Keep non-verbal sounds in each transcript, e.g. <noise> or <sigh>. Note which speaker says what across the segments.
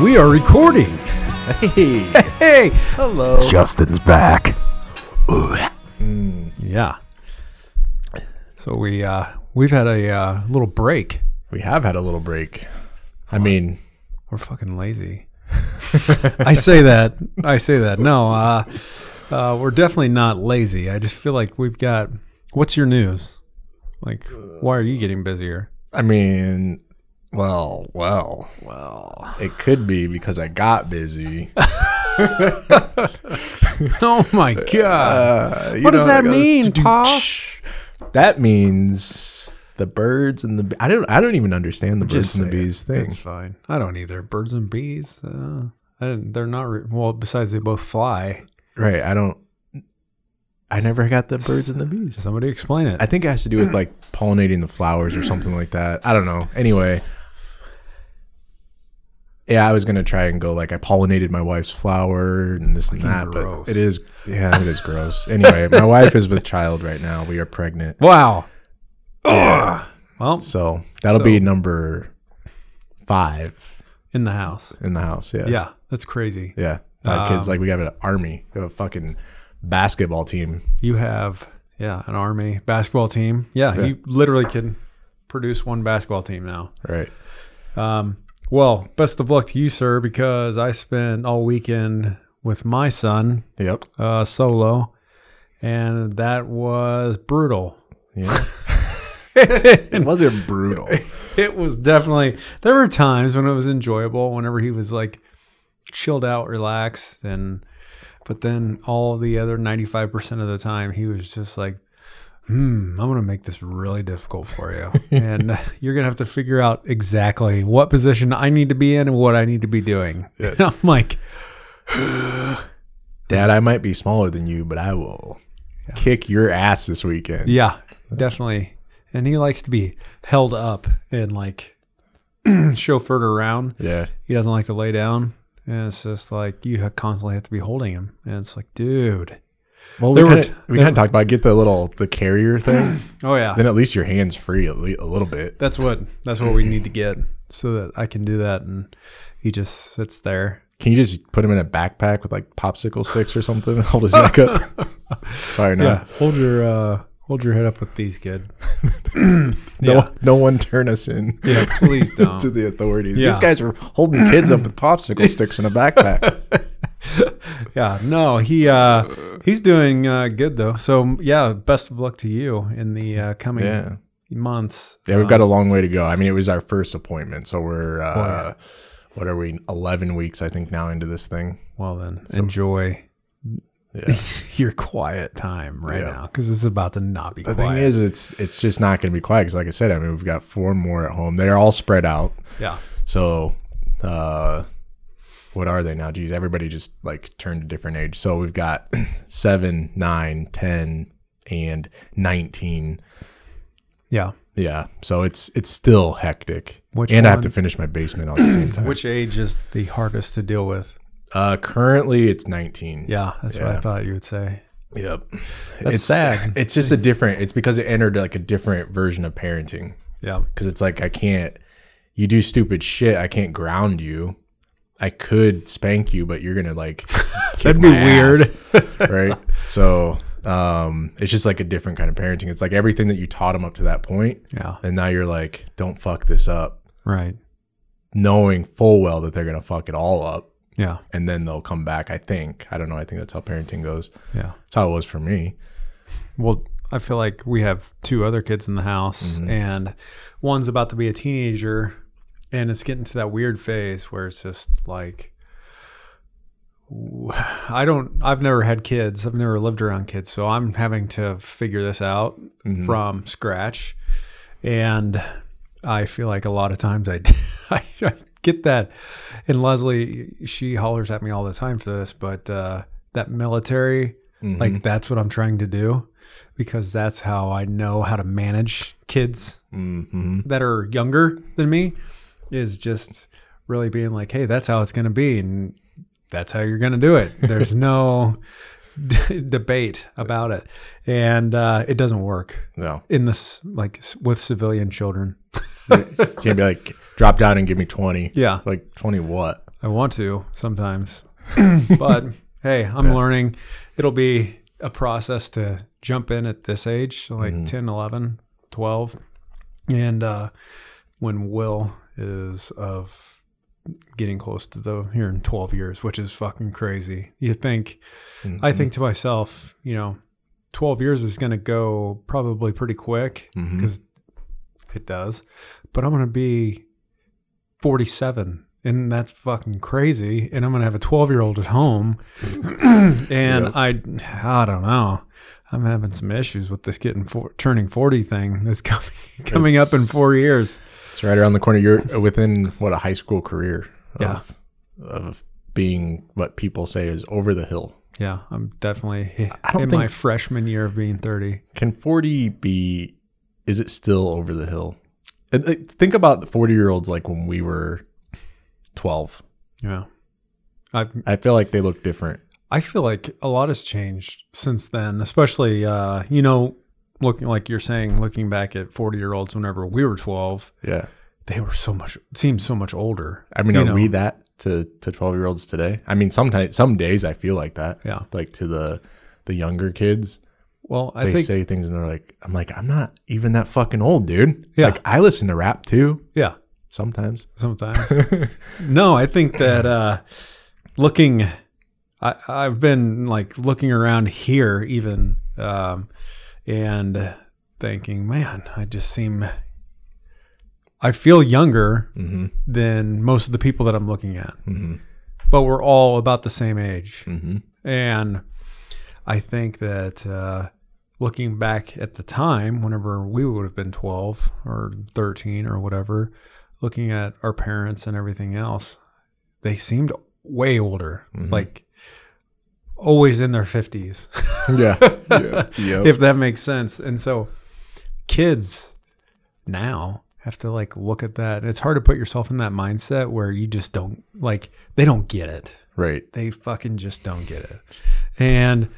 Speaker 1: We are recording.
Speaker 2: Hey,
Speaker 1: Hey.
Speaker 2: hello.
Speaker 3: Justin's back.
Speaker 1: Yeah. So we uh, we've had a uh, little break.
Speaker 2: We have had a little break. I mean,
Speaker 1: We're fucking
Speaker 2: <laughs>
Speaker 1: lazy. I say that. I say that. No, uh, uh, we're definitely not lazy. I just feel like we've got. What's your news? Like, why are you getting busier? <laughs>
Speaker 2: I mean, well, well,
Speaker 1: Well,
Speaker 2: it could be because I got busy.
Speaker 1: <laughs> oh my god!
Speaker 2: Uh, you
Speaker 1: What does
Speaker 2: know,
Speaker 1: that
Speaker 2: it goes
Speaker 1: mean, Paul?
Speaker 2: That means the birds and the b- I don't I don't even understand the birds and the bees
Speaker 1: It's
Speaker 2: thing.
Speaker 1: fine. I don't either. Birds and bees. Uh, I didn't, they're not. Re- well, besides they both fly.
Speaker 2: Right, I don't I never got the birds and the bees.
Speaker 1: Somebody explain it.
Speaker 2: I think it has to do with <clears throat> like pollinating the flowers or something like that. I don't know. Anyway, yeah, I was gonna try and go like I pollinated my wife's flower and this and that,
Speaker 1: gross.
Speaker 2: but it is yeah, it is gross. Anyway, my wife is with child right now. We are pregnant,
Speaker 1: Wow. Well,
Speaker 2: so that'll
Speaker 1: So-
Speaker 2: be number five
Speaker 1: in the house.
Speaker 2: in the house. Yeah, Um,
Speaker 1: Yeah, that's crazy.
Speaker 2: yeah. Five kids. Like we have an army, we have a fucking basketball team.
Speaker 1: You have yeah an army basketball team. Yeah, you literally can produce one basketball team now.
Speaker 2: Right.
Speaker 1: Well, best of luck to you, sir, because I spent all weekend with my son
Speaker 2: Yep.
Speaker 1: uh, solo, and that was brutal.
Speaker 2: Yeah.
Speaker 1: <laughs>
Speaker 2: it wasn't brutal.
Speaker 1: it was definitely there were times when it was enjoyable whenever he was like chilled out relaxed and but then all the other 95% of the time he was just like hmm i'm gonna make this really difficult for you and you're gonna have to figure out exactly what position i need to be in and what i need to be doing and <laughs> i'm like
Speaker 2: Dad, I might be smaller than you, but I will kick your ass this weekend.
Speaker 1: yeah definitely and he likes to be held up and like <clears throat> chauffeured around
Speaker 2: Yeah.
Speaker 1: he doesn't like to lay down. And it's just like you ha- constantly have to be holding him. And it's like, dude.
Speaker 2: Well, we
Speaker 1: There were
Speaker 2: kind
Speaker 1: t-
Speaker 2: of we kind of talked about get the little
Speaker 1: <clears throat>
Speaker 2: the carrier thing.
Speaker 1: Oh yeah.
Speaker 2: then at least your hands free a, le- a little bit.
Speaker 1: that's what that's what we need to get so that I can do that and he just sits there.
Speaker 2: Can you just put him in a backpack with like popsicle sticks or something? <laughs> Hold his neck up.
Speaker 1: <laughs>
Speaker 2: Sorry, no,
Speaker 1: Hold your uh hold your head up with these
Speaker 2: <laughs>
Speaker 1: kid.
Speaker 2: no,
Speaker 1: Yeah.
Speaker 2: no one turn us in
Speaker 1: Yeah, please don't.
Speaker 2: <laughs> to the authorities.
Speaker 1: Yeah.
Speaker 2: These guys are holding kids up with
Speaker 1: <laughs>
Speaker 2: popsicle sticks in a backpack.
Speaker 1: yeah. No, he uh he's doing uh good though. So yeah, best of luck to you in the uh coming
Speaker 2: Yeah,
Speaker 1: months.
Speaker 2: yeah, we've got a long way to go. I mean, it was our first appointment, so we're uh, what are we? Eleven weeks, I think, now into this thing.
Speaker 1: Well then, enjoy
Speaker 2: Yeah.
Speaker 1: <laughs> your quiet time right
Speaker 2: Yeah.
Speaker 1: now cuz it's about to not be
Speaker 2: The
Speaker 1: quiet.
Speaker 2: thing is, it's it's just not going to be quiet because, like I said, I mean, we've got four more at home. They're all spread out.
Speaker 1: yeah.
Speaker 2: So, uh, what are they now? Geez, everybody just like turned a different age. So we've got <clears throat> seven, nine, ten, and nineteen.
Speaker 1: Yeah.
Speaker 2: Yeah. So it's it's still hectic.
Speaker 1: Which
Speaker 2: and I have to
Speaker 1: one?
Speaker 2: finish my basement all at
Speaker 1: <clears throat>
Speaker 2: the same time.
Speaker 1: Which age is the hardest to deal with?
Speaker 2: uh, currently it's nineteen.
Speaker 1: Yeah, that's what I thought you would say.
Speaker 2: Yep. it's
Speaker 1: sad.
Speaker 2: It's just a different. It's because it entered like a different version of parenting.
Speaker 1: <laughs> Yeah.
Speaker 2: because it's like I can't. You do stupid shit. I can't ground you. I could spank you, but you're gonna
Speaker 1: <laughs>
Speaker 2: like. kick
Speaker 1: That'd be
Speaker 2: my ass, right? So um, it's just like a different kind of parenting. It's like everything that you taught him up to that point,
Speaker 1: Yeah.
Speaker 2: and now you're like, don't fuck this up,
Speaker 1: Right.
Speaker 2: knowing full well that they're gonna fuck it all up,
Speaker 1: Yeah.
Speaker 2: and then they'll come back. I think. I don't know. I think that's how parenting goes.
Speaker 1: Yeah.
Speaker 2: That's how it was for me.
Speaker 1: Well, I feel like we have two other kids in the house and one's about to be a teenager and it's getting to that weird phase where it's just like <sighs> I don't I've never had kids. I've never lived around kids, so I'm having to figure this out from scratch. And I feel like a lot of times I, <laughs> I, I get that. And Leslie, she hollers at me all the time for this, but uh, that military, like that's what I'm trying to do because that's how I know how to manage kids that are younger than me is just really being like, hey, that's how it's going to be. And that's how you're going to do it. There's no d- debate about it. And uh, it doesn't work
Speaker 2: No,
Speaker 1: in this, like s- with civilian children.
Speaker 2: you can't be like drop down and give me twenty.
Speaker 1: Yeah.
Speaker 2: It's like twenty what?
Speaker 1: I want to sometimes, but hey, I'm learning. It'll be a process to jump in at this age, so like 10, 11, 12. And uh, when Will is of getting close to the here in 12 years, which is fucking crazy. You think,
Speaker 2: Mm-hmm.
Speaker 1: I think to myself, you know, 12 years is going to go probably pretty quick
Speaker 2: Mhm.
Speaker 1: because it does, but I'm going to be 47 and that's fucking crazy. And I'm going to have a 12 year old at home. <clears throat> and
Speaker 2: Yeah.
Speaker 1: I, I don't know. I'm having some issues with this getting for, turning 40 thing that's <laughs> coming, coming up in
Speaker 2: It's-
Speaker 1: four years.
Speaker 2: It's right around the corner. You're within what a high school career of,
Speaker 1: Yeah.
Speaker 2: of being what people say is over the hill.
Speaker 1: Yeah, I'm definitely
Speaker 2: I don't
Speaker 1: in
Speaker 2: think-
Speaker 1: my freshman year of being 30.
Speaker 2: Can 40 be, is it still over the hill? And, like, Think about the 40 year olds like when we were 12.
Speaker 1: Yeah. I
Speaker 2: I feel like they look different.
Speaker 1: I feel like a lot has changed since then, especially uh, you know, looking like you're saying, looking back at 40 year olds whenever we were 12,
Speaker 2: Yeah.
Speaker 1: they were so much seemed so much older.
Speaker 2: I mean,
Speaker 1: You
Speaker 2: are
Speaker 1: know.
Speaker 2: we that to to 12 year olds today? I mean, sometimes, some days I feel like that.
Speaker 1: Yeah.
Speaker 2: Like to the, the younger kids,
Speaker 1: Well, I
Speaker 2: they
Speaker 1: think
Speaker 2: say things and they're like, I'm like, I'm not even that fucking old, dude.
Speaker 1: Yeah.
Speaker 2: Like I listen to rap too
Speaker 1: yeah,
Speaker 2: sometimes. <laughs>
Speaker 1: sometimes. no, I think that uh looking I I've been like looking around here even um and thinking, man, I just seem I feel younger
Speaker 2: Mm-hmm.
Speaker 1: than most of the people that I'm looking at.
Speaker 2: Mm-hmm.
Speaker 1: but we're all about the same age.
Speaker 2: Mm-hmm.
Speaker 1: And I think that uh, looking back at the time, whenever we would have been 12 or 13 or whatever, looking at our parents and everything else, they seemed way older,
Speaker 2: Mhm.
Speaker 1: like always in their 50s, <laughs>
Speaker 2: Yeah. yeah.
Speaker 1: if that makes sense. And so kids now have to like look at that. It's hard to put yourself in that mindset where you just don't like, they don't get it
Speaker 2: Right.
Speaker 1: they fucking just don't get it. And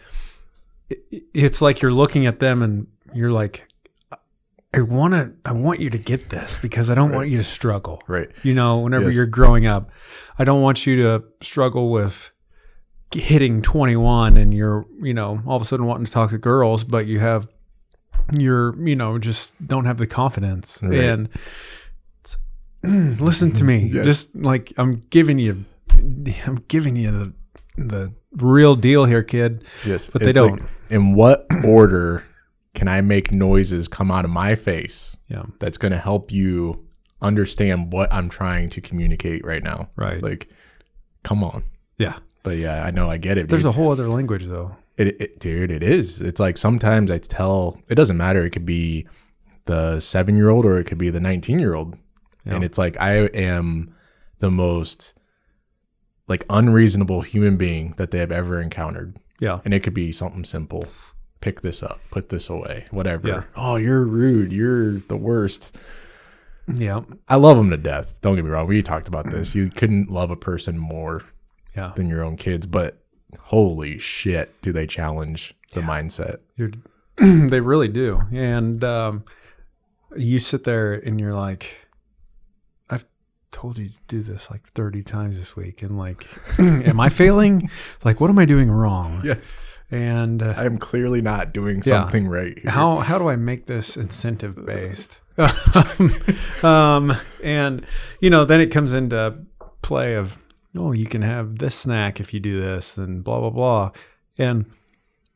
Speaker 1: it- it- it's like you're looking at them and you're like, I want to, I want you to get this because I don't want you to struggle.
Speaker 2: Right.
Speaker 1: You know, whenever
Speaker 2: Yes.
Speaker 1: you're growing up, I don't want you to struggle with hitting 21 and you're, you know, all of a sudden wanting to talk to girls, but you have, you're, you know, just don't have the confidence.
Speaker 2: Right.
Speaker 1: And it's like, <clears throat> listen to me.
Speaker 2: <laughs> Yes.
Speaker 1: Just like I'm giving you, I'm giving you the, the real deal here, kid.
Speaker 2: Yes.
Speaker 1: But they
Speaker 2: It's like,
Speaker 1: don't.
Speaker 2: in what order can I make noises come out of my face
Speaker 1: Yeah.
Speaker 2: that's going to help you understand what I'm trying to communicate right now?
Speaker 1: Right.
Speaker 2: Like, come on.
Speaker 1: yeah.
Speaker 2: But yeah, I know I get it.
Speaker 1: There's
Speaker 2: dude.
Speaker 1: a whole other language though.
Speaker 2: It, it, dude, it is. It's like sometimes I tell it doesn't matter. It could be the seven year old or it could be the 19 year old.
Speaker 1: Yeah.
Speaker 2: And it's like I am the most like unreasonable human being that they have ever encountered.
Speaker 1: Yeah.
Speaker 2: And it could be something simple. Pick this up, put this away, whatever.
Speaker 1: Yeah.
Speaker 2: Oh, you're rude. You're the worst.
Speaker 1: Yeah.
Speaker 2: I love them to death. Don't get me wrong. We talked about this. You couldn't love a person more
Speaker 1: Yeah.
Speaker 2: than your own kids, but holy shit, do they challenge the mindset.
Speaker 1: You're, <clears throat> they really do. And um, you sit there and you're like, I've told you to do this like 30 times this week. And like, <clears throat> am I failing? Like, what am I doing wrong?
Speaker 2: Yes.
Speaker 1: And uh,
Speaker 2: I am clearly not doing
Speaker 1: Yeah.
Speaker 2: something right here.
Speaker 1: how, how do I make this incentive based? <laughs> um, and, you know, then it comes into play of, oh, you can have this snack if you do this, then blah, blah, blah. And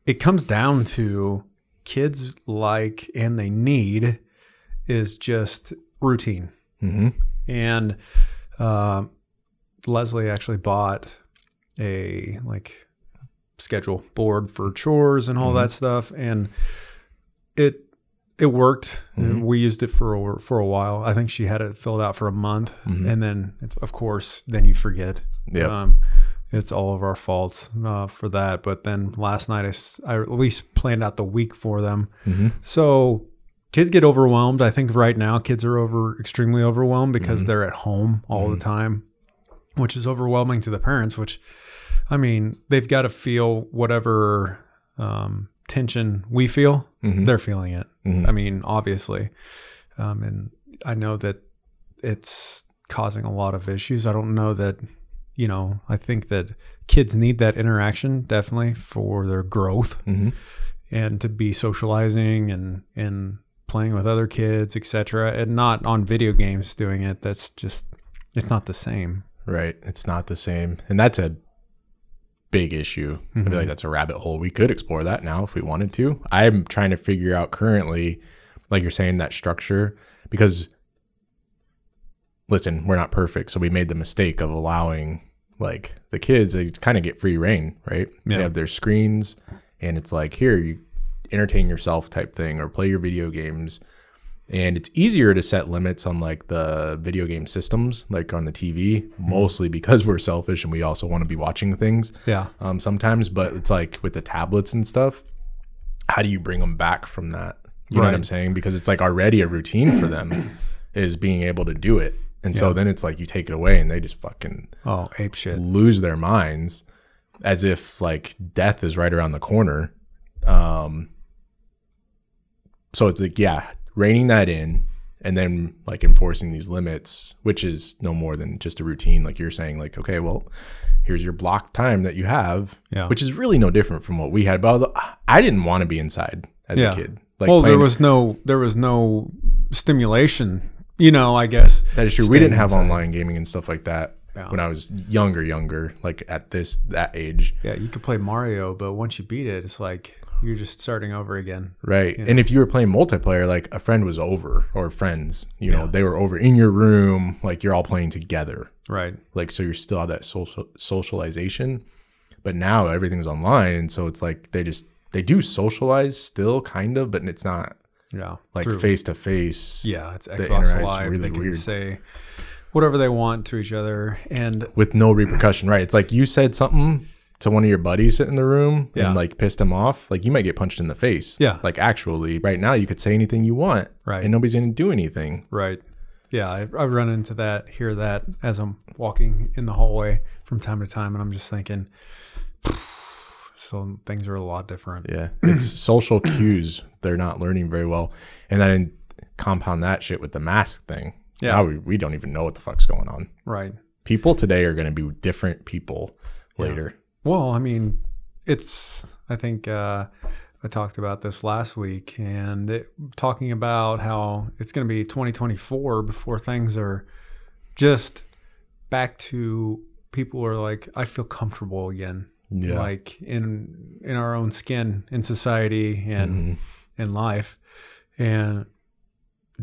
Speaker 1: it comes down to kids like and they need is just routine.
Speaker 2: hmm
Speaker 1: And uh, Leslie actually bought a like schedule board for chores and all that stuff, and it it worked. And we used it for a, for a while. I think she had it filled out for a month, and then it's, of course then you forget.
Speaker 2: Yep.
Speaker 1: Um, it's all of our faults uh, for that. But then last night I, s- I at least planned out the week for them.
Speaker 2: Mhm.
Speaker 1: So kids get overwhelmed. I think right now kids are over extremely overwhelmed because they're at home all the time, which is overwhelming to the parents, which I mean, they've got to feel whatever um, tension we feel,
Speaker 2: Mhm.
Speaker 1: they're feeling it.
Speaker 2: Mhm.
Speaker 1: I mean, obviously. Um, and I know that it's causing a lot of issues. I don't know that you know, I think that kids need that interaction definitely for their growth
Speaker 2: Mhm.
Speaker 1: and to be socializing and and playing with other kids, etc. And not on video games doing it. That's just it's not the same.
Speaker 2: Right. It's not the same. And that's a big issue. I
Speaker 1: Mhm.
Speaker 2: feel like that's a rabbit hole. We could explore that now if we wanted to. I'm trying to figure out currently, like you're saying, that structure because listen, we're not perfect. So we made the mistake of allowing like the kids, they kind of get free reign, right?
Speaker 1: Yeah.
Speaker 2: They have their screens and it's like, here, you entertain yourself type thing or play your video games and it's easier to set limits on like the video game systems like on the tv mostly because we're selfish and we also want to be watching things
Speaker 1: Yeah.
Speaker 2: um, sometimes but it's like with the tablets and stuff how do you bring them back from that you know what i'm
Speaker 1: Right.
Speaker 2: saying because it's like already a routine for them is being able to do it and so then it's like you take it away and they just fucking
Speaker 1: Oh, ape shit.
Speaker 2: lose their minds as if like death is right around the corner. Um, so it's like, yeah, reining that in and then like enforcing these limits, which is no more than just a routine. Like you're saying, like, okay, well, here's your block time that you have,
Speaker 1: Yeah.
Speaker 2: which is really no different from what we had. But although I didn't want to be inside as
Speaker 1: Yeah.
Speaker 2: a kid. Like
Speaker 1: well, there
Speaker 2: playing-
Speaker 1: was no there was no stimulation, you know, I guess.
Speaker 2: That is true. We
Speaker 1: staying
Speaker 2: didn't have
Speaker 1: inside.
Speaker 2: online gaming and stuff like that
Speaker 1: Yeah.
Speaker 2: when I was younger, younger, like at this, that age.
Speaker 1: Yeah, you could play Mario, but once you beat it, it's like you're just starting over again.
Speaker 2: Right. And if you were playing multiplayer, like a friend was over or friends, you know, they were over in your room, like you're all playing together.
Speaker 1: Right.
Speaker 2: Like so you're still have that social socialization. But now everything's online and so it's like they just they do socialize still kind of, but it's not
Speaker 1: Yeah.
Speaker 2: like
Speaker 1: Through-
Speaker 2: face to face.
Speaker 1: Yeah, it's
Speaker 2: interact's
Speaker 1: Xbox Live.
Speaker 2: really
Speaker 1: they can
Speaker 2: weird.
Speaker 1: say whatever they want to each other, and
Speaker 2: With no repercussion. Right. It's like you said something to one of your buddies in the room
Speaker 1: Yeah.
Speaker 2: and like pissed him off. Like you might get punched in the face.
Speaker 1: Yeah.
Speaker 2: Like actually right now you could say anything you want.
Speaker 1: Right.
Speaker 2: And nobody's gonna do anything.
Speaker 1: right. Yeah, I, I run into that, hear that as I'm walking in the hallway from time to time, and I'm just thinking, <sighs> so things are a lot different.
Speaker 2: Yeah. It's
Speaker 1: <clears throat>
Speaker 2: social cues they're not learning very well. And then compound that shit with the mask thing.
Speaker 1: Yeah.
Speaker 2: Now we, we don't even know what the fuck's going on.
Speaker 1: Right.
Speaker 2: People today are going to be different people later.
Speaker 1: Well, I mean, it's, I think uh, I talked about this last week and it, talking about how it's going to be 2024 before things are just back to people are like, I feel comfortable again.
Speaker 2: Yeah.
Speaker 1: Like in in our own skin, in society, and
Speaker 2: Mhm.
Speaker 1: in life. And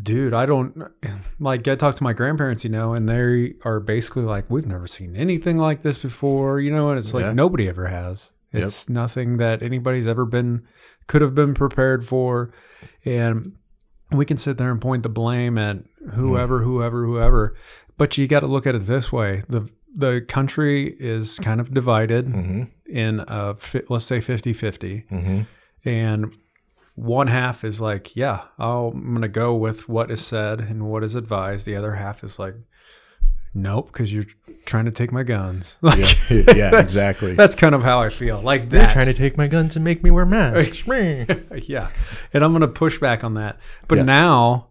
Speaker 1: dude, I don't <laughs> like I talk to my grandparents, you know, and they are basically like, We've never seen anything like this before, you know, and it's like
Speaker 2: Yeah.
Speaker 1: nobody ever has.
Speaker 2: Yep.
Speaker 1: It's nothing that anybody's ever been could have been prepared for. And we can sit there and point the blame at whoever,
Speaker 2: Mm-hmm.
Speaker 1: whoever, whoever. But you gotta look at it this way. The the country is kind of divided
Speaker 2: Mhm.
Speaker 1: in a fi- let's say 50 50
Speaker 2: Mhm.
Speaker 1: and one half is like, yeah, I'll, I'm going to go with what is said and what is advised. The other half is like, nope, because you're trying to take my guns. <laughs> Like,
Speaker 2: Yeah, Mm-hmm. yeah
Speaker 1: that's-
Speaker 2: exactly.
Speaker 1: That's kind of how I feel. Like
Speaker 2: They're
Speaker 1: that.
Speaker 2: trying to take my guns and make me
Speaker 1: <laughs>
Speaker 2: wear masks.
Speaker 1: yeah. And I'm going to push back on that. But
Speaker 2: Yeah.
Speaker 1: now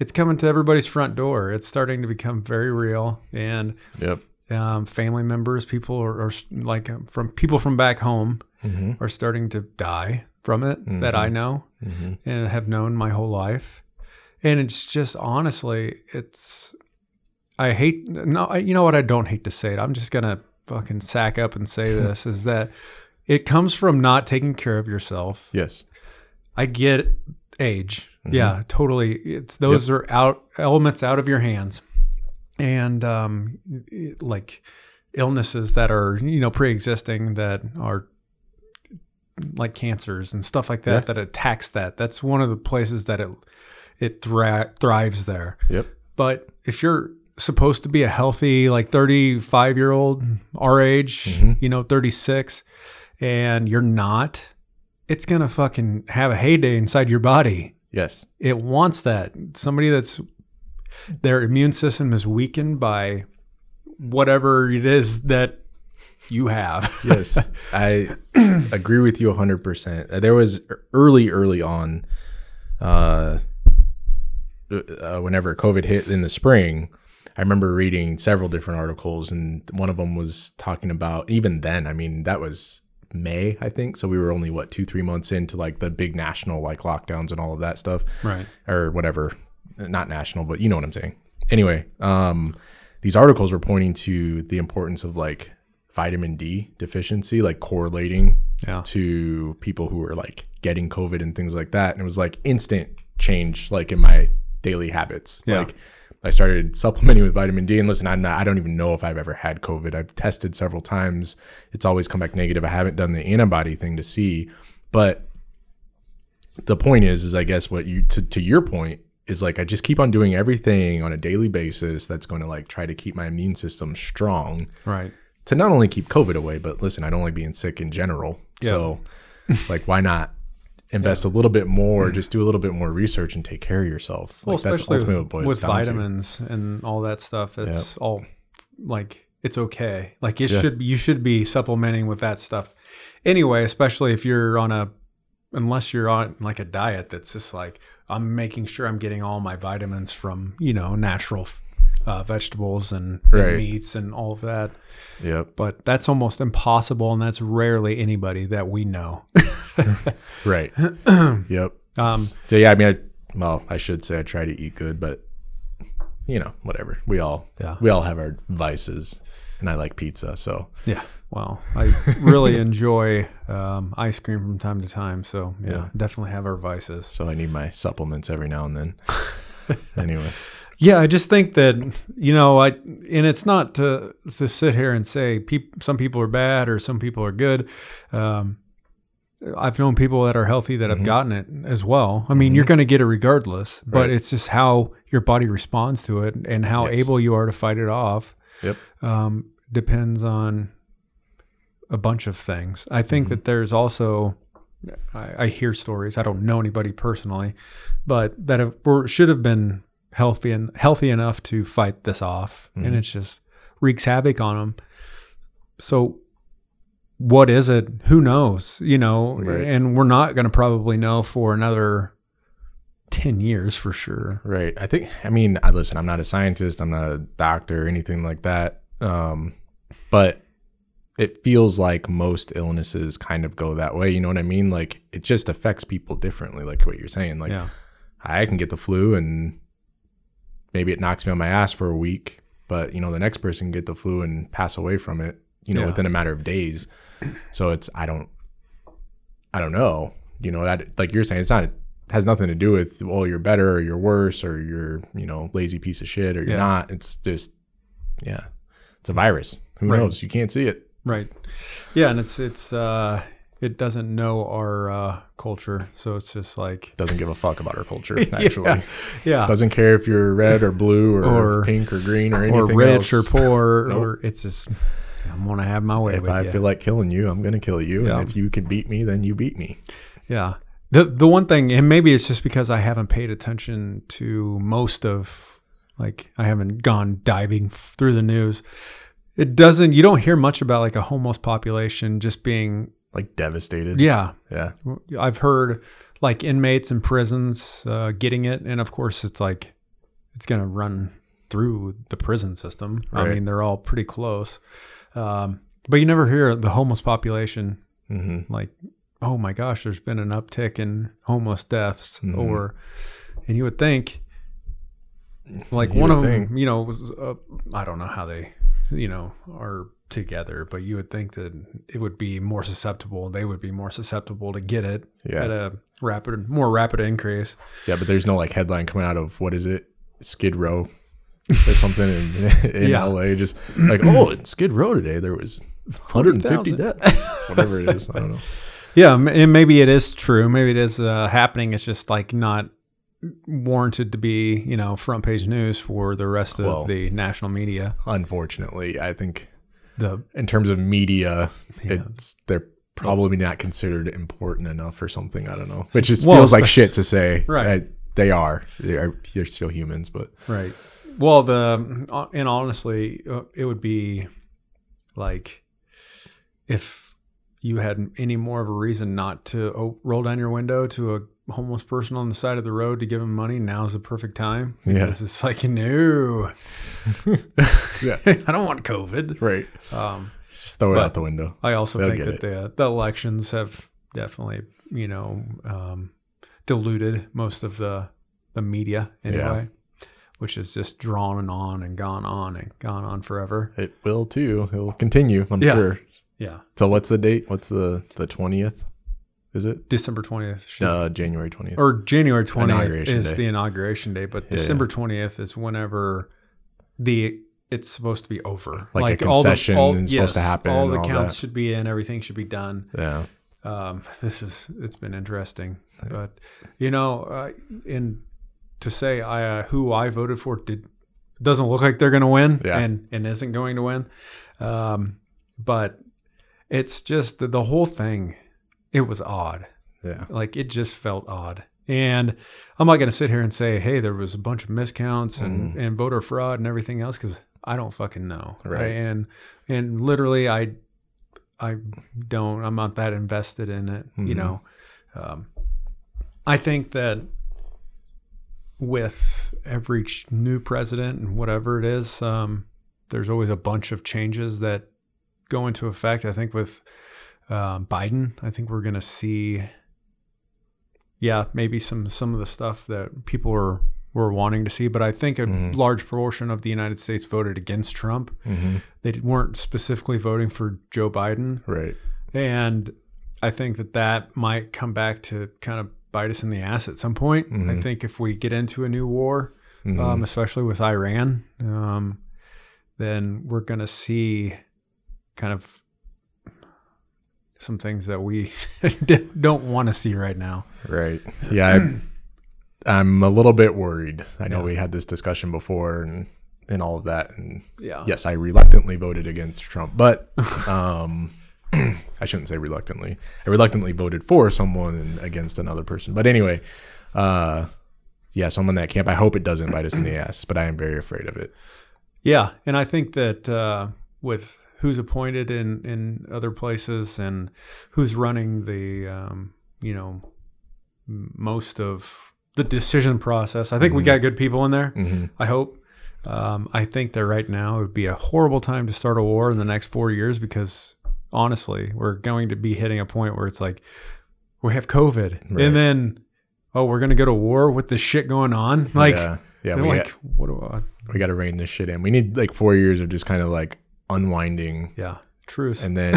Speaker 1: it's coming to everybody's front door. It's starting to become very real. And
Speaker 2: yep.
Speaker 1: um, family members, people are, are like um, from people from back home
Speaker 2: Mhm.
Speaker 1: are starting to die from it that I know.
Speaker 2: Mhm.
Speaker 1: and have known my whole life. And it's just honestly, it's I hate no, I, you know what? I don't hate to say it. I'm just gonna fucking sack up and say this is that it comes from not taking care of yourself.
Speaker 2: Yes.
Speaker 1: I get age, yeah, totally. It's those are out elements out of your hands, and um, it- like illnesses that are you know pre-existing that are like cancers and stuff like that
Speaker 2: Yeah.
Speaker 1: that attacks that. That's one of the places that it it thri- thrives there.
Speaker 2: Yep.
Speaker 1: But if you're supposed to be a healthy, like 35 year old, our age,
Speaker 2: Mhm.
Speaker 1: you know, 36, and you're not, it's going to fucking have a heyday inside your body.
Speaker 2: Yes.
Speaker 1: It wants that. Somebody that's their immune system is weakened by whatever it is that you have.
Speaker 2: <laughs> yes i agree with you 100% Uh, there was early early on uh, uh whenever covid hit in the spring I remember reading several different articles, and one of them was talking about even then. I mean, that was May, I think. So we were only what two, three months into like the big national like lockdowns and all of that stuff,
Speaker 1: Right.
Speaker 2: or whatever. Not national, but you know what I'm saying. Anyway, um, these articles were pointing to the importance of like vitamin D deficiency, like correlating
Speaker 1: Yeah.
Speaker 2: to people who were like getting COVID and things like that. And it was like instant change, like in my daily habits.
Speaker 1: Yeah.
Speaker 2: Like I started supplementing with vitamin D. And listen, I'm not, I don't even know if I've ever had COVID. I've tested several times. It's always come back negative. I haven't done the antibody thing to see. But the point is, is I guess what you, to, to your point, is like I just keep on doing everything on a daily basis that's going to like try to keep my immune system strong
Speaker 1: Right.
Speaker 2: to not only keep COVID away, but listen, I don't like being sick in general.
Speaker 1: <laughs>
Speaker 2: So, like, why not invest a little bit more, just do a little bit more research and take care of yourself?
Speaker 1: Well,
Speaker 2: Like, that's
Speaker 1: especially
Speaker 2: ultimately what it
Speaker 1: with, with
Speaker 2: boils down to.
Speaker 1: vitamins and all that stuff, it's all like it's okay. Like it should you should be supplementing with that stuff anyway, especially if you're on a unless you're on like a diet that's just like I'm making sure I'm getting all my vitamins from you know natural uh, vegetables and, and
Speaker 2: Right.
Speaker 1: meats and all of that.
Speaker 2: Yep.
Speaker 1: But that's almost impossible, and that's rarely anybody that we know. <clears throat>
Speaker 2: Right. yep.
Speaker 1: Um,
Speaker 2: So, yeah, I mean, I, well, I should say I try to eat good, but you know, whatever. We all,
Speaker 1: Yeah.
Speaker 2: we all have our vices, and I like pizza, so
Speaker 1: Yeah. Well, I really enjoy um, ice cream from time to time. So, yeah, definitely have our vices.
Speaker 2: so I need my supplements every now and
Speaker 1: <laughs>
Speaker 2: then. anyway,
Speaker 1: Yeah. I just think that, you know, I, and it's not to, to sit here and say peop, some people are bad or some people are good. Um, I've known people that are healthy that have gotten it as well. I mean, you're going to get it regardless, but
Speaker 2: Right.
Speaker 1: it's just how your body responds to it and how
Speaker 2: Yes.
Speaker 1: able you are to fight it off.
Speaker 2: Yep.
Speaker 1: um, depends on a bunch of things. I think
Speaker 2: Mm-hmm.
Speaker 1: that there's also, I, I hear stories. I don't know anybody personally, but that have, or should have been healthy and healthy enough to fight this off,
Speaker 2: Mm-hmm.
Speaker 1: and it's just wreaks havoc on them. So, what is it? Who knows? You know,
Speaker 2: Right.
Speaker 1: and we're not going to probably know for another ten years for sure.
Speaker 2: Right. I think I mean, I listen, I'm not a scientist, I'm not a doctor or anything like that. Um but it feels like most illnesses kind of go that way, you know what I mean? Like it just affects people differently like what you're saying. Like
Speaker 1: yeah.
Speaker 2: I can get the flu and maybe it knocks me on my ass for a week, but you know, the next person can get the flu and pass away from it, you know,
Speaker 1: Yeah.
Speaker 2: within a matter of days. So it's I don't I don't know. You know, that like you're saying, it's not it has nothing to do with well, you're better or you're worse or you're, you know, lazy piece of shit or you're
Speaker 1: Yeah.
Speaker 2: not. It's just yeah. It's a virus. Who
Speaker 1: Right.
Speaker 2: knows? You can't see it.
Speaker 1: Right. Yeah, and it's it's uh it doesn't know our uh culture, so it's just like
Speaker 2: Doesn't give a fuck about our culture,
Speaker 1: <laughs>
Speaker 2: actually.
Speaker 1: yeah,
Speaker 2: Doesn't care if you're red or blue or,
Speaker 1: Or-
Speaker 2: pink or green or
Speaker 1: or
Speaker 2: anything
Speaker 1: rich
Speaker 2: else.
Speaker 1: or poor
Speaker 2: <laughs> Nope.
Speaker 1: or it's just I'm gonna have my way
Speaker 2: if
Speaker 1: with
Speaker 2: I
Speaker 1: ya.
Speaker 2: feel like killing you, I'm gonna kill you.
Speaker 1: Yeah.
Speaker 2: And if you can beat me, then you beat me.
Speaker 1: Yeah. The the one thing, and maybe it's just because I haven't paid attention to most of, like I haven't gone diving f- through the news. It doesn't. You don't hear much about like a homeless population just being.
Speaker 2: Like devastated.
Speaker 1: Yeah,
Speaker 2: Yeah.
Speaker 1: I've heard like inmates in prisons uh, getting it, and of course it's like it's going to run through the prison system. I
Speaker 2: Right.
Speaker 1: mean, they're all pretty close, um, but you never hear the homeless population
Speaker 2: hmm
Speaker 1: like, oh my gosh, there's been an uptick in homeless deaths,
Speaker 2: Mhm.
Speaker 1: or and you would think like
Speaker 2: You
Speaker 1: one
Speaker 2: would
Speaker 1: of them,
Speaker 2: think.
Speaker 1: you know, was uh, I don't know how they, you know, are together, but you would think that it would be more susceptible. They would be more susceptible to get it
Speaker 2: Yeah.
Speaker 1: at a rapid, more rapid increase.
Speaker 2: Yeah, but there's no like headline coming out of what is it? Skid Row or something in, <laughs> in
Speaker 1: Yeah. <clears throat>
Speaker 2: LA. Just like, oh, in Skid Row today there was 150
Speaker 1: 100,000.
Speaker 2: deaths. Whatever it is. I
Speaker 1: <laughs>
Speaker 2: don't know.
Speaker 1: Yeah, m- and maybe it is true. Maybe it is uh, happening. It's just like not warranted to be, you know, front page news for the rest of
Speaker 2: Well.
Speaker 1: the national media.
Speaker 2: Unfortunately, I think
Speaker 1: The
Speaker 2: in terms of media, it's they're probably not considered important enough or something. I don't know. Which just
Speaker 1: Well,
Speaker 2: feels like shit to say.
Speaker 1: <laughs> Right.
Speaker 2: Uh, they are. They are. They're still humans, but
Speaker 1: Right. Well, the uh, and honestly, uh, it would be like if you had any more of a reason not to o- roll down your window to a homeless person on the side of the road to give him money, now's the perfect time.
Speaker 2: Yeah.
Speaker 1: Because it's like, no,
Speaker 2: <laughs> Yeah.
Speaker 1: <laughs> I don't want COVID.
Speaker 2: Right.
Speaker 1: Um,
Speaker 2: Just throw it
Speaker 1: But-
Speaker 2: out the window.
Speaker 1: I also
Speaker 2: They'll
Speaker 1: think that
Speaker 2: get
Speaker 1: the, the elections have definitely, you know, um, diluted most of the, the media
Speaker 2: Yeah.
Speaker 1: anyway, which has just drawn and on and gone on and gone on forever.
Speaker 2: It will too. It will continue, I'm
Speaker 1: Yeah.
Speaker 2: sure.
Speaker 1: Yeah.
Speaker 2: So what's the date? What's the the 20th? Is it?
Speaker 1: December 20th. should-
Speaker 2: Uh, January 20th.
Speaker 1: or January 20th
Speaker 2: Inauguration
Speaker 1: is
Speaker 2: day.
Speaker 1: the inauguration day, but
Speaker 2: Yeah,
Speaker 1: December 20th is whenever the it's supposed to be over.
Speaker 2: Like a concession is supposed to happen
Speaker 1: All
Speaker 2: and
Speaker 1: the
Speaker 2: all
Speaker 1: counts
Speaker 2: that.
Speaker 1: should be in. Everything should be done.
Speaker 2: yeah.
Speaker 1: Um, <laughs> this is it's been interesting, but you know, uh, in to say I uh, who I voted for did doesn't look like they're going to win
Speaker 2: Yeah.
Speaker 1: and and isn't going to win. Um, but it's just the, the whole thing. It was odd.
Speaker 2: Yeah.
Speaker 1: Like it just felt odd. And I'm not going to sit here and say, hey, there was a bunch of miscounts and, and voter fraud and everything else because I don't fucking know.
Speaker 2: Right.
Speaker 1: And and literally, I I don't. I'm not that invested in it. You
Speaker 2: Mhm.
Speaker 1: know, um, I think that with every ch- new president and whatever it is, um, there's always a bunch of changes that go into effect. I think with um, Biden, I think we're going to see, yeah, maybe some some of the stuff that people were were wanting to see, but I think a
Speaker 2: Mhm.
Speaker 1: large proportion of the United States voted against Trump.
Speaker 2: hmm
Speaker 1: They weren't specifically voting for Joe Biden,
Speaker 2: Right.
Speaker 1: and I think that that might come back to kind of bite us in the ass at some point. I
Speaker 2: Mhm.
Speaker 1: think if we get into a new war,
Speaker 2: Mhm.
Speaker 1: um, especially with Iran, um, then we're going to see kind of some things that we <laughs> don't want to see right now. <clears throat>
Speaker 2: Right. Yeah. I'm, I'm a little bit worried. I know
Speaker 1: Yeah.
Speaker 2: we had this discussion before and and all of that. And
Speaker 1: Yeah.
Speaker 2: yes, I reluctantly voted against Trump,
Speaker 1: <laughs>
Speaker 2: but um, <clears throat> I shouldn't say reluctantly. I reluctantly voted for someone and against another person. But anyway, uh, yeah, so I'm in that camp. I hope it doesn't bite us
Speaker 1: <clears throat>
Speaker 2: in the ass, but I am very afraid of it.
Speaker 1: Yeah, and I think that uh, with who's appointed in in other places and who's running the um, you know m- most of the decision process, I think we
Speaker 2: Mhm.
Speaker 1: got good people in there.
Speaker 2: hmm
Speaker 1: I hope. Um, I think that right now it would be a horrible time to start a war in the next four years because honestly, we're going to be hitting a point where it's like we have COVID,
Speaker 2: Right.
Speaker 1: and then oh, we're gonna go to war with this shit going on. Like,
Speaker 2: yeah, yeah,
Speaker 1: they're
Speaker 2: we,
Speaker 1: like
Speaker 2: ha-
Speaker 1: what do I?
Speaker 2: we got to rein this shit in. We need like four years of just kind of like unwinding
Speaker 1: Yeah, truce. <laughs>
Speaker 2: and then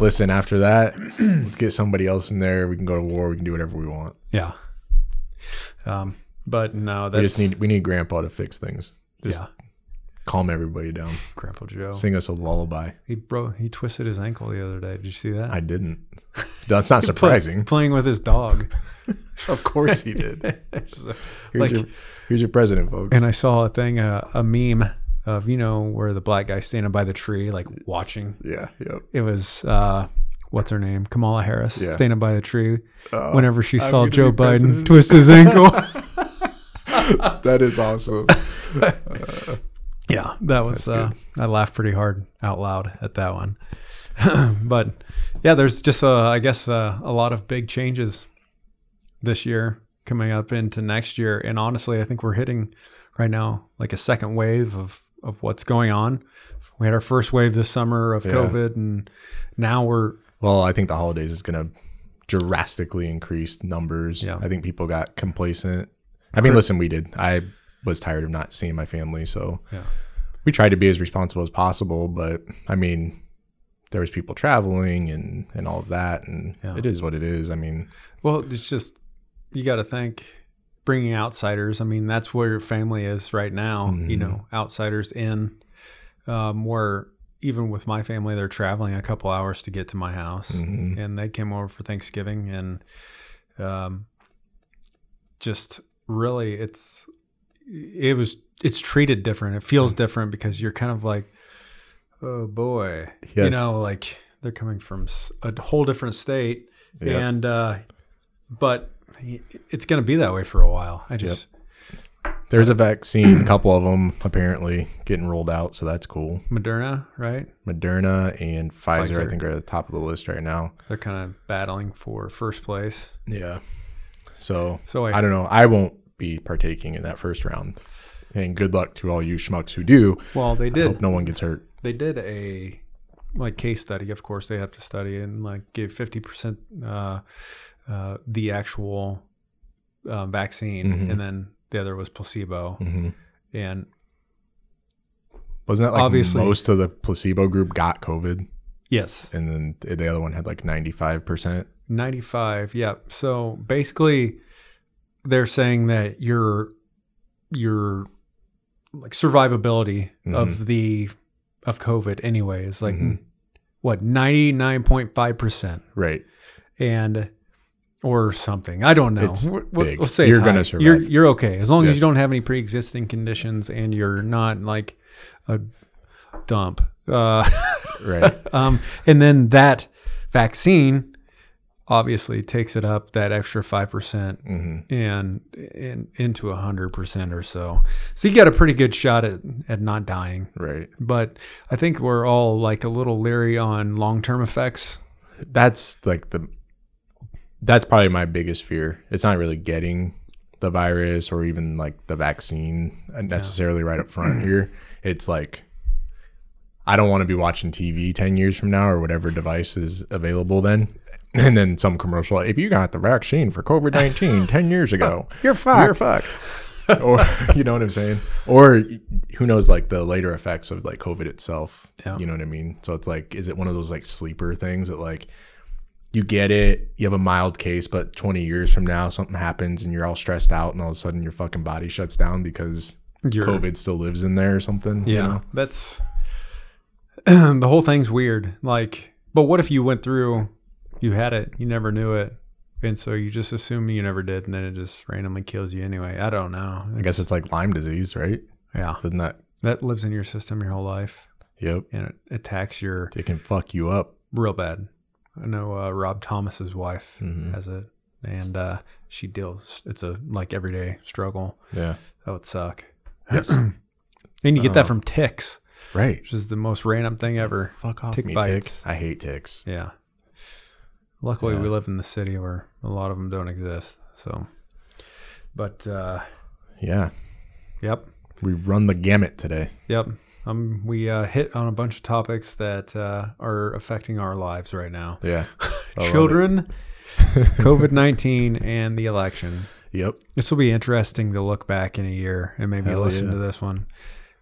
Speaker 2: listen after that let's get somebody else in there we can go to war we can do whatever we want
Speaker 1: Yeah. Um, but no,
Speaker 2: we
Speaker 1: that's
Speaker 2: just need we need grandpa to fix things just
Speaker 1: yeah,
Speaker 2: calm everybody down
Speaker 1: Grandpa Joe.
Speaker 2: sing us a lullaby
Speaker 1: He bro, he twisted his ankle the other day. Did you see that?
Speaker 2: i didn't that's <laughs> not surprising
Speaker 1: Playing with his dog.
Speaker 2: of course he <laughs> did
Speaker 1: So,
Speaker 2: here's,
Speaker 1: like-
Speaker 2: your, here's your president folks
Speaker 1: and I saw a thing, uh, a meme of you know where the black guy standing by the tree, like watching.
Speaker 2: yeah yep
Speaker 1: It was uh, what's her name, Kamala Harris,
Speaker 2: Yeah.
Speaker 1: standing by the tree
Speaker 2: Uh,
Speaker 1: whenever she
Speaker 2: I'm
Speaker 1: saw
Speaker 2: gonna
Speaker 1: Joe Biden
Speaker 2: be president.
Speaker 1: twist his ankle.
Speaker 2: that is awesome
Speaker 1: Yeah, that was. Uh, I laughed pretty hard out loud at that one. <laughs> but yeah, there's just uh, I guess uh, a lot of big changes this year coming up into next year, and honestly, I think we're hitting right now like a second wave of of what's going on. We had our first wave this summer of
Speaker 2: Yeah.
Speaker 1: COVID, and now we're
Speaker 2: <laughs> well i think the holidays is going to drastically increase numbers
Speaker 1: Yeah.
Speaker 2: i think people got complacent i mean listen we did i was tired of not seeing my family so
Speaker 1: yeah,
Speaker 2: we tried to be as responsible as possible, but I mean, there was people traveling and and all of that, and
Speaker 1: Yeah.
Speaker 2: it is what it is. I mean,
Speaker 1: Well, it's just you got to think bringing outsiders. I mean, that's where your family is right now. You
Speaker 2: Mhm.
Speaker 1: know, outsiders in um, where even with my family, they're traveling a couple hours to get to my house,
Speaker 2: mhm.
Speaker 1: and they came over for Thanksgiving, and um, just really, it's it was it's treated different. It feels different because you're kind of like, oh boy, you
Speaker 2: Yes.
Speaker 1: know, like they're coming from s- a whole different state
Speaker 2: Yep.
Speaker 1: and uh but it's going to be that way for a while i just
Speaker 2: there's a
Speaker 1: Uh,
Speaker 2: vaccine,
Speaker 1: <clears throat>
Speaker 2: a couple of them apparently getting rolled out, so that's cool.
Speaker 1: moderna right
Speaker 2: Moderna and Pfizer,
Speaker 1: Pfizer.
Speaker 2: I think, are at the top of the list right now.
Speaker 1: they're kind of battling for first place
Speaker 2: Yeah, So
Speaker 1: So I,
Speaker 2: I don't know. I won't be partaking in that first round. And good luck to all you schmucks who do.
Speaker 1: well, they
Speaker 2: I
Speaker 1: did.
Speaker 2: hope no one gets hurt.
Speaker 1: they did a like case study of course they have to study and like give 50% uh, uh, the actual uh, vaccine
Speaker 2: Mhm.
Speaker 1: and then the other was placebo
Speaker 2: Mhm.
Speaker 1: and
Speaker 2: Wasn't that like
Speaker 1: Obviously.
Speaker 2: most of the placebo group got COVID,
Speaker 1: yes
Speaker 2: and then the other one had like ninety five percent?
Speaker 1: 95 yeah so basically they're saying that your your like survivability
Speaker 2: Mm-hmm.
Speaker 1: of the of covid anyway is like mm.
Speaker 2: Mhm.
Speaker 1: what 99.5%
Speaker 2: Right.
Speaker 1: and or something. I don't know.
Speaker 2: It's
Speaker 1: We're- we'll,
Speaker 2: big.
Speaker 1: we'll say
Speaker 2: You're
Speaker 1: it's
Speaker 2: gonna
Speaker 1: high.
Speaker 2: survive.
Speaker 1: You're you're okay as long as
Speaker 2: Yes.
Speaker 1: you don't have any pre-existing conditions and you're not like a dump. Uh,
Speaker 2: Right. <laughs>
Speaker 1: um, and then that vaccine obviously takes it up that extra five percent
Speaker 2: hmm
Speaker 1: and and into a hundred percent or so. So you got a pretty good shot at at not dying.
Speaker 2: Right.
Speaker 1: But I think we're all like a little leery on long-term effects.
Speaker 2: That's like the. That's probably my biggest fear. It's not really getting the virus or even like the vaccine necessarily right up front here. It's like I don't want to be watching TV 10 years from now or whatever device is available then. And then some commercial, if you got the vaccine for COVID 19 10 years ago,
Speaker 1: You're
Speaker 2: you're fucked. or, <laughs> you know what I'm saying? Or who knows, like the later effects of like COVID itself.
Speaker 1: Yeah.
Speaker 2: You know what I mean? So it's like, is it one of those like sleeper things that like you get it, you have a mild case, but 20 years from now, something happens and you're all stressed out and all of a sudden your fucking body shuts down because
Speaker 1: You're-
Speaker 2: COVID still lives in there or something?
Speaker 1: Yeah,
Speaker 2: You know?
Speaker 1: that's <clears throat> the whole thing's weird. Like, but what if you went through, you had it, you never knew it, and so you just assume you never did, and then it just randomly kills you anyway. I don't know.
Speaker 2: I guess it's like Lyme disease, right?
Speaker 1: yeah,
Speaker 2: Isn't that?
Speaker 1: that lives in your system your whole life,
Speaker 2: Yep.
Speaker 1: and it attacks your
Speaker 2: It can fuck you up.
Speaker 1: real bad. I know uh, Rob Thomas's wife
Speaker 2: Mhm.
Speaker 1: has it, and uh, she deals. It's a like everyday struggle.
Speaker 2: Yeah.
Speaker 1: That would suck. <clears throat>
Speaker 2: Yes.
Speaker 1: And you get that
Speaker 2: Oh.
Speaker 1: from ticks,
Speaker 2: right.
Speaker 1: which is the most random thing ever.
Speaker 2: Fuck off,
Speaker 1: Tick
Speaker 2: me
Speaker 1: bites.
Speaker 2: tick. I hate ticks.
Speaker 1: Yeah. Luckily,
Speaker 2: Yeah.
Speaker 1: we live in the city where a lot of them don't exist. So, but uh,
Speaker 2: Yeah.
Speaker 1: yep,
Speaker 2: We run the gamut today.
Speaker 1: yep. Um, we uh, hit on a bunch of topics that uh, are affecting our lives right now:
Speaker 2: <laughs> Yeah. I love it. <laughs>
Speaker 1: children, COVID nineteen, and the election.
Speaker 2: Yep.
Speaker 1: This will be interesting to look back in a year and maybe
Speaker 2: Hell
Speaker 1: listen
Speaker 2: yeah.
Speaker 1: to this one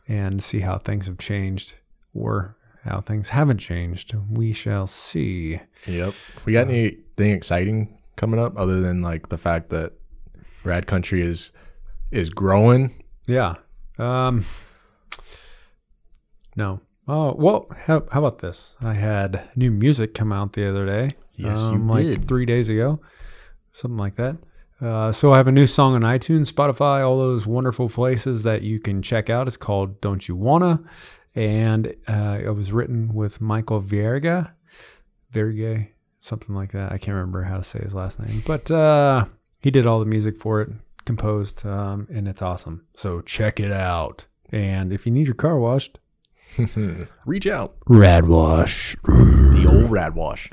Speaker 1: and see how things have changed or how things haven't changed. We shall see.
Speaker 2: Yep. We got anything exciting coming up other than like the fact that Rad Country is is growing?
Speaker 1: Yeah. Um No. Oh, well, how, how about this? I had new music come out the other day.
Speaker 2: Yes, you
Speaker 1: um, like
Speaker 2: did.
Speaker 1: 3 days ago. Something like that. Uh, so I have a new song on iTunes, Spotify, all those wonderful places that you can check out. It's called Don't You Wanna and uh, it was written with Michael Vierga, Vierga, something like that. I can't remember how to say his last name, but uh, he did all the music for it, composed, um, and it's awesome. So check it out. And if you need your car washed,
Speaker 2: Reach out.
Speaker 1: rad wash.
Speaker 2: The old Rad <laughs> Wash.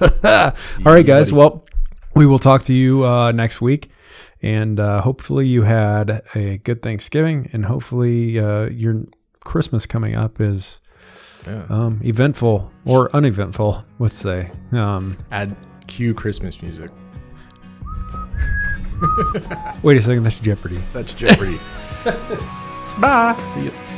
Speaker 1: All right, guys. Well, we will talk to you uh, next week. And uh, hopefully, you had a good Thanksgiving. And hopefully, uh, your Christmas coming up is
Speaker 2: Yeah.
Speaker 1: um, eventful or uneventful, let's say. Um,
Speaker 2: Add cue Christmas music.
Speaker 1: wait a second, that's Jeopardy.
Speaker 2: That's Jeopardy.
Speaker 1: Bye.
Speaker 2: See ya.